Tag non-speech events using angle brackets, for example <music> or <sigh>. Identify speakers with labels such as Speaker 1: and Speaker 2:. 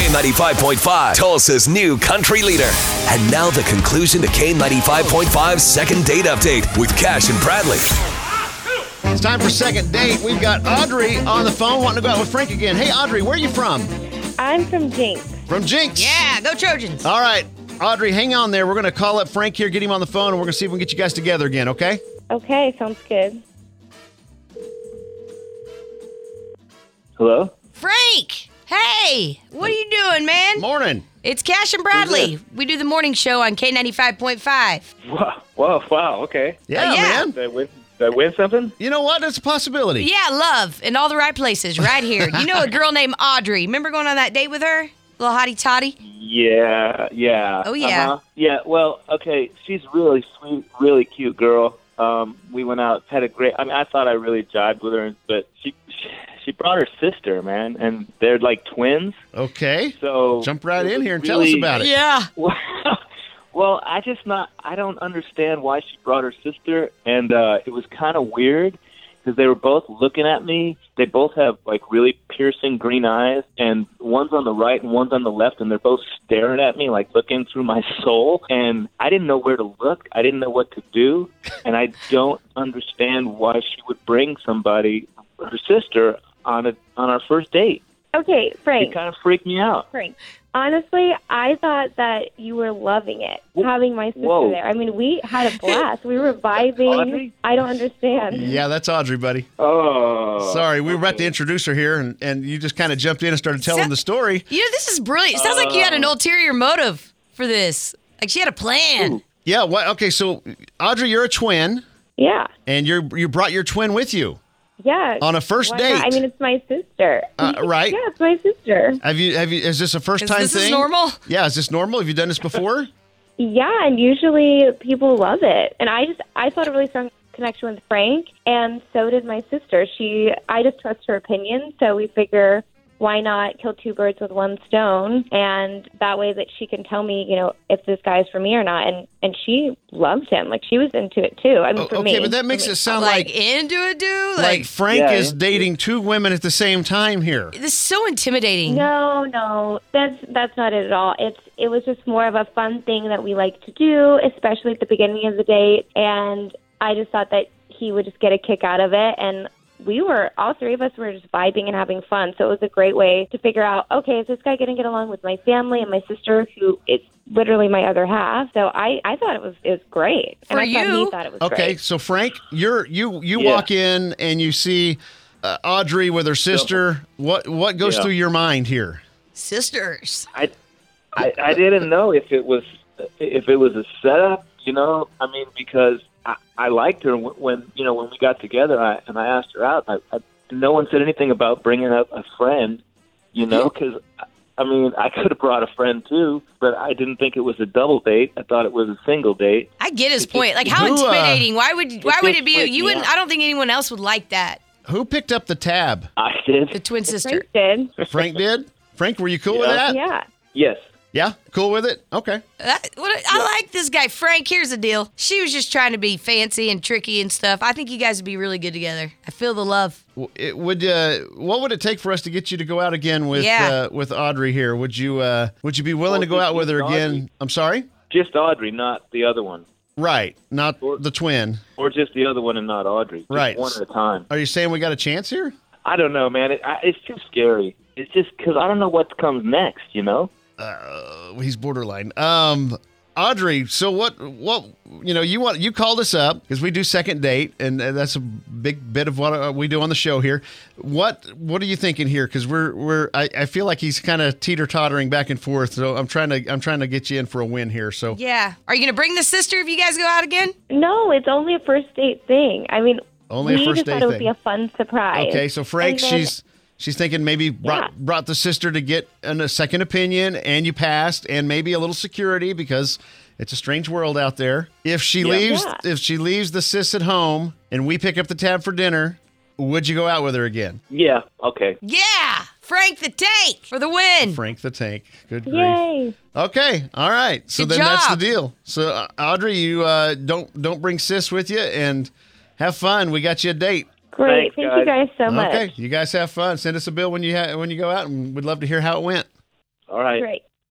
Speaker 1: K95.5, Tulsa's new country leader. And now the conclusion to K95.5's second date update with Cash and Bradley.
Speaker 2: It's time for second date. We've got Audrey on the phone wanting to go out with Frank again. Hey, Audrey, where are you from?
Speaker 3: I'm from Jinx.
Speaker 2: From Jinx.
Speaker 4: Yeah, go Trojans.
Speaker 2: All right, Audrey, hang on there. We're going to call up Frank here, get him on the phone, and we're going to see if we can get you guys together again, okay?
Speaker 3: Okay, sounds good.
Speaker 5: Hello?
Speaker 4: Frank, hey, what are you doing, man?
Speaker 2: Morning.
Speaker 4: It's Cash and Bradley. We do the morning show on K95.5.
Speaker 5: Wow, wow, wow okay.
Speaker 2: Yeah,
Speaker 4: Uh, yeah.
Speaker 2: man.
Speaker 5: Did I, win, did I win something?
Speaker 2: You know what? It's a possibility.
Speaker 4: Yeah, love in all the right places, right here. You know a girl named Audrey. Remember going on that date with her? Little hottie toddy?
Speaker 5: Yeah, yeah.
Speaker 4: Oh, yeah.
Speaker 5: Uh-huh. Yeah, well, okay, she's really sweet, really cute girl. Um, we went out, had a great, I mean, I thought I really jived with her, but she, she brought her sister, man, and they're like twins.
Speaker 2: Okay.
Speaker 5: So
Speaker 2: Jump right in here and
Speaker 5: really-
Speaker 2: tell us about it.
Speaker 4: Yeah.
Speaker 5: Well, <laughs> well, I just not. I don't understand why she brought her sister, and uh, it was kind of weird because they were both looking at me. They both have like really piercing green eyes, and one's on the right and one's on the left, and they're both staring at me like looking through my <laughs> soul. And I didn't know where to look. I didn't know what to do, and I don't understand why she would bring somebody, her sister, on a on our first date.
Speaker 3: Okay,
Speaker 5: It
Speaker 3: Frank.
Speaker 5: kind of freaked me out.
Speaker 3: Frank. Honestly, I thought that you were loving it,
Speaker 5: Wh-
Speaker 3: having my sister
Speaker 5: Whoa.
Speaker 3: there. I mean, we had a blast. We
Speaker 5: <laughs>
Speaker 3: were vibing.
Speaker 5: Audrey?
Speaker 3: I don't understand.
Speaker 2: Yeah, that's Audrey, buddy.
Speaker 5: Oh,
Speaker 2: Sorry, we were about
Speaker 5: okay.
Speaker 2: to introduce her here, and, and you just kind of jumped in and started telling
Speaker 4: So-
Speaker 2: the story.
Speaker 4: You know, this is brilliant. It sounds like you had an
Speaker 2: Uh.
Speaker 4: ulterior motive for this. Like she had a plan.
Speaker 2: Yeah, what? Okay, so Audrey, you're a twin,
Speaker 3: Yeah.
Speaker 2: and you're you brought your twin with you.
Speaker 3: Yeah.
Speaker 2: On a first
Speaker 3: Why
Speaker 2: date.
Speaker 3: not? I mean, it's my sister.
Speaker 2: Uh, right?
Speaker 3: Yeah, it's my sister.
Speaker 2: Have you have you? Is this a first
Speaker 4: Is
Speaker 2: time
Speaker 4: this
Speaker 2: thing?
Speaker 4: is normal?
Speaker 2: Yeah, is this normal? Have you done this before?
Speaker 3: Yeah, and usually people love it. And I just I felt a really strong connection with Frank and so did my sister. She I just trust her opinion, so we figure why not kill two birds with one stone and that way that she can tell me, you know, if this guy's for me or not and and she loved him. Like she was into it too. I mean
Speaker 2: O-
Speaker 3: for
Speaker 2: okay,
Speaker 3: me.
Speaker 2: but that
Speaker 3: for
Speaker 2: makes
Speaker 3: me.
Speaker 2: it sound
Speaker 4: like,
Speaker 2: like
Speaker 4: into a
Speaker 5: <laughs>
Speaker 4: dude?
Speaker 2: like
Speaker 4: Like,
Speaker 2: Frank
Speaker 5: Yeah,
Speaker 2: is
Speaker 5: yeah.
Speaker 2: dating two women at the same time here.
Speaker 4: this is so intimidating.
Speaker 3: No, no, that's that's not it at all. It's it was just more of a fun thing that we like to do, especially at the beginning of the date. And I just thought that he would just get a kick out of it, and we were all three of us were just vibing and having fun. So it was a great way to figure out, okay, is this guy going to get along with my family and my sister, who is literally my other half? So I I thought it was it was great,
Speaker 4: For
Speaker 3: and I thought
Speaker 4: you?
Speaker 3: he thought it was
Speaker 2: Okay,
Speaker 3: great.
Speaker 2: so Frank, you're you you
Speaker 5: Yeah.
Speaker 2: walk in and you see uh, Audrey with her sister. What what goes
Speaker 5: Yeah.
Speaker 2: through your mind here?
Speaker 4: Sisters.
Speaker 5: I, I, I didn't know if it was if it was a setup, you know. I mean, because I, I liked her wh- when you know when we got together, I, and I asked her out. I, I, no one said anything about bringing up a friend, you know, because I mean, I could have brought a friend too, but I didn't think it was a double date. I thought it was a single date.
Speaker 4: I get his point. Like how
Speaker 2: Who, uh,
Speaker 4: intimidating. Why would why would it be
Speaker 5: freaked me
Speaker 4: you wouldn't
Speaker 5: out.
Speaker 4: I don't think anyone else would like that.
Speaker 2: Who picked up the tab?
Speaker 5: I
Speaker 4: The
Speaker 5: did.
Speaker 4: twin sister. Uh,
Speaker 3: Frank did.
Speaker 5: <laughs>
Speaker 2: Frank did. Frank, were you cool with
Speaker 5: Yeah.
Speaker 2: that?
Speaker 3: Yeah.
Speaker 5: Yes.
Speaker 2: Yeah, cool with it. Okay.
Speaker 4: That, Uh, what, I like this guy, Frank. Here's the deal. She was just trying to be fancy and tricky and stuff. I think you guys would be really good together. I feel the love.
Speaker 2: W- It would uh, what would it take for us to get you to go out again with
Speaker 4: Yeah.
Speaker 2: uh, with Audrey here? Would you uh, would you be willing
Speaker 5: Well,
Speaker 2: to go out
Speaker 5: just
Speaker 2: with her
Speaker 5: Audrey.
Speaker 2: again? I'm sorry.
Speaker 5: Just Audrey, not the other one,
Speaker 2: Right, not
Speaker 5: Or-
Speaker 2: the twin.
Speaker 5: or just the other one and not Audrey. Just
Speaker 2: Right.
Speaker 5: One at a time.
Speaker 2: Are you saying we got a chance here?
Speaker 5: I don't know, man. It, I, it's too scary. It's just because I don't know what comes next, you know?
Speaker 2: Uh, he's borderline. Um, Audrey, so what? What you know? You want you called us up because we do second date, and uh, that's a big bit of what uh, we do on the show here. What What are you thinking here? Because we're we're I, I feel like he's kind of teeter tottering back and forth. So I'm trying to I'm trying to get you in for a win here. So
Speaker 4: Yeah. Are you gonna bring the sister if you guys go out again?
Speaker 3: No, it's only a first date thing. I mean,
Speaker 2: Only a
Speaker 3: we
Speaker 2: first
Speaker 3: just
Speaker 2: date
Speaker 3: thought it would
Speaker 2: thing.
Speaker 3: be a fun surprise.
Speaker 2: okay, so Frank,
Speaker 3: And then-
Speaker 2: she's she's thinking maybe brought
Speaker 3: Yeah.
Speaker 2: brought the sister to get an, a second opinion, and you passed, and maybe a little security because it's a strange world out there. If she leaves,
Speaker 3: Yeah.
Speaker 2: if she leaves the sis at home, and we pick up the tab for dinner, would you go out with her again?
Speaker 5: Yeah. Okay.
Speaker 4: Yeah. Frank the tank for the win.
Speaker 2: Frank the Tank, good grief.
Speaker 3: Mm. Yay!
Speaker 2: Okay, all right. So
Speaker 4: Good
Speaker 2: then that's the
Speaker 4: job.
Speaker 2: deal. So uh, Audrey, you uh, don't don't bring sis with you, and have fun. We got you a date.
Speaker 3: Great.
Speaker 5: Thanks,
Speaker 3: Thank
Speaker 5: guys.
Speaker 3: you guys so much.
Speaker 2: Okay, you guys have fun. Send us a bill when you ha- when you go out, and we'd love to hear how it went.
Speaker 6: All right.
Speaker 5: Great.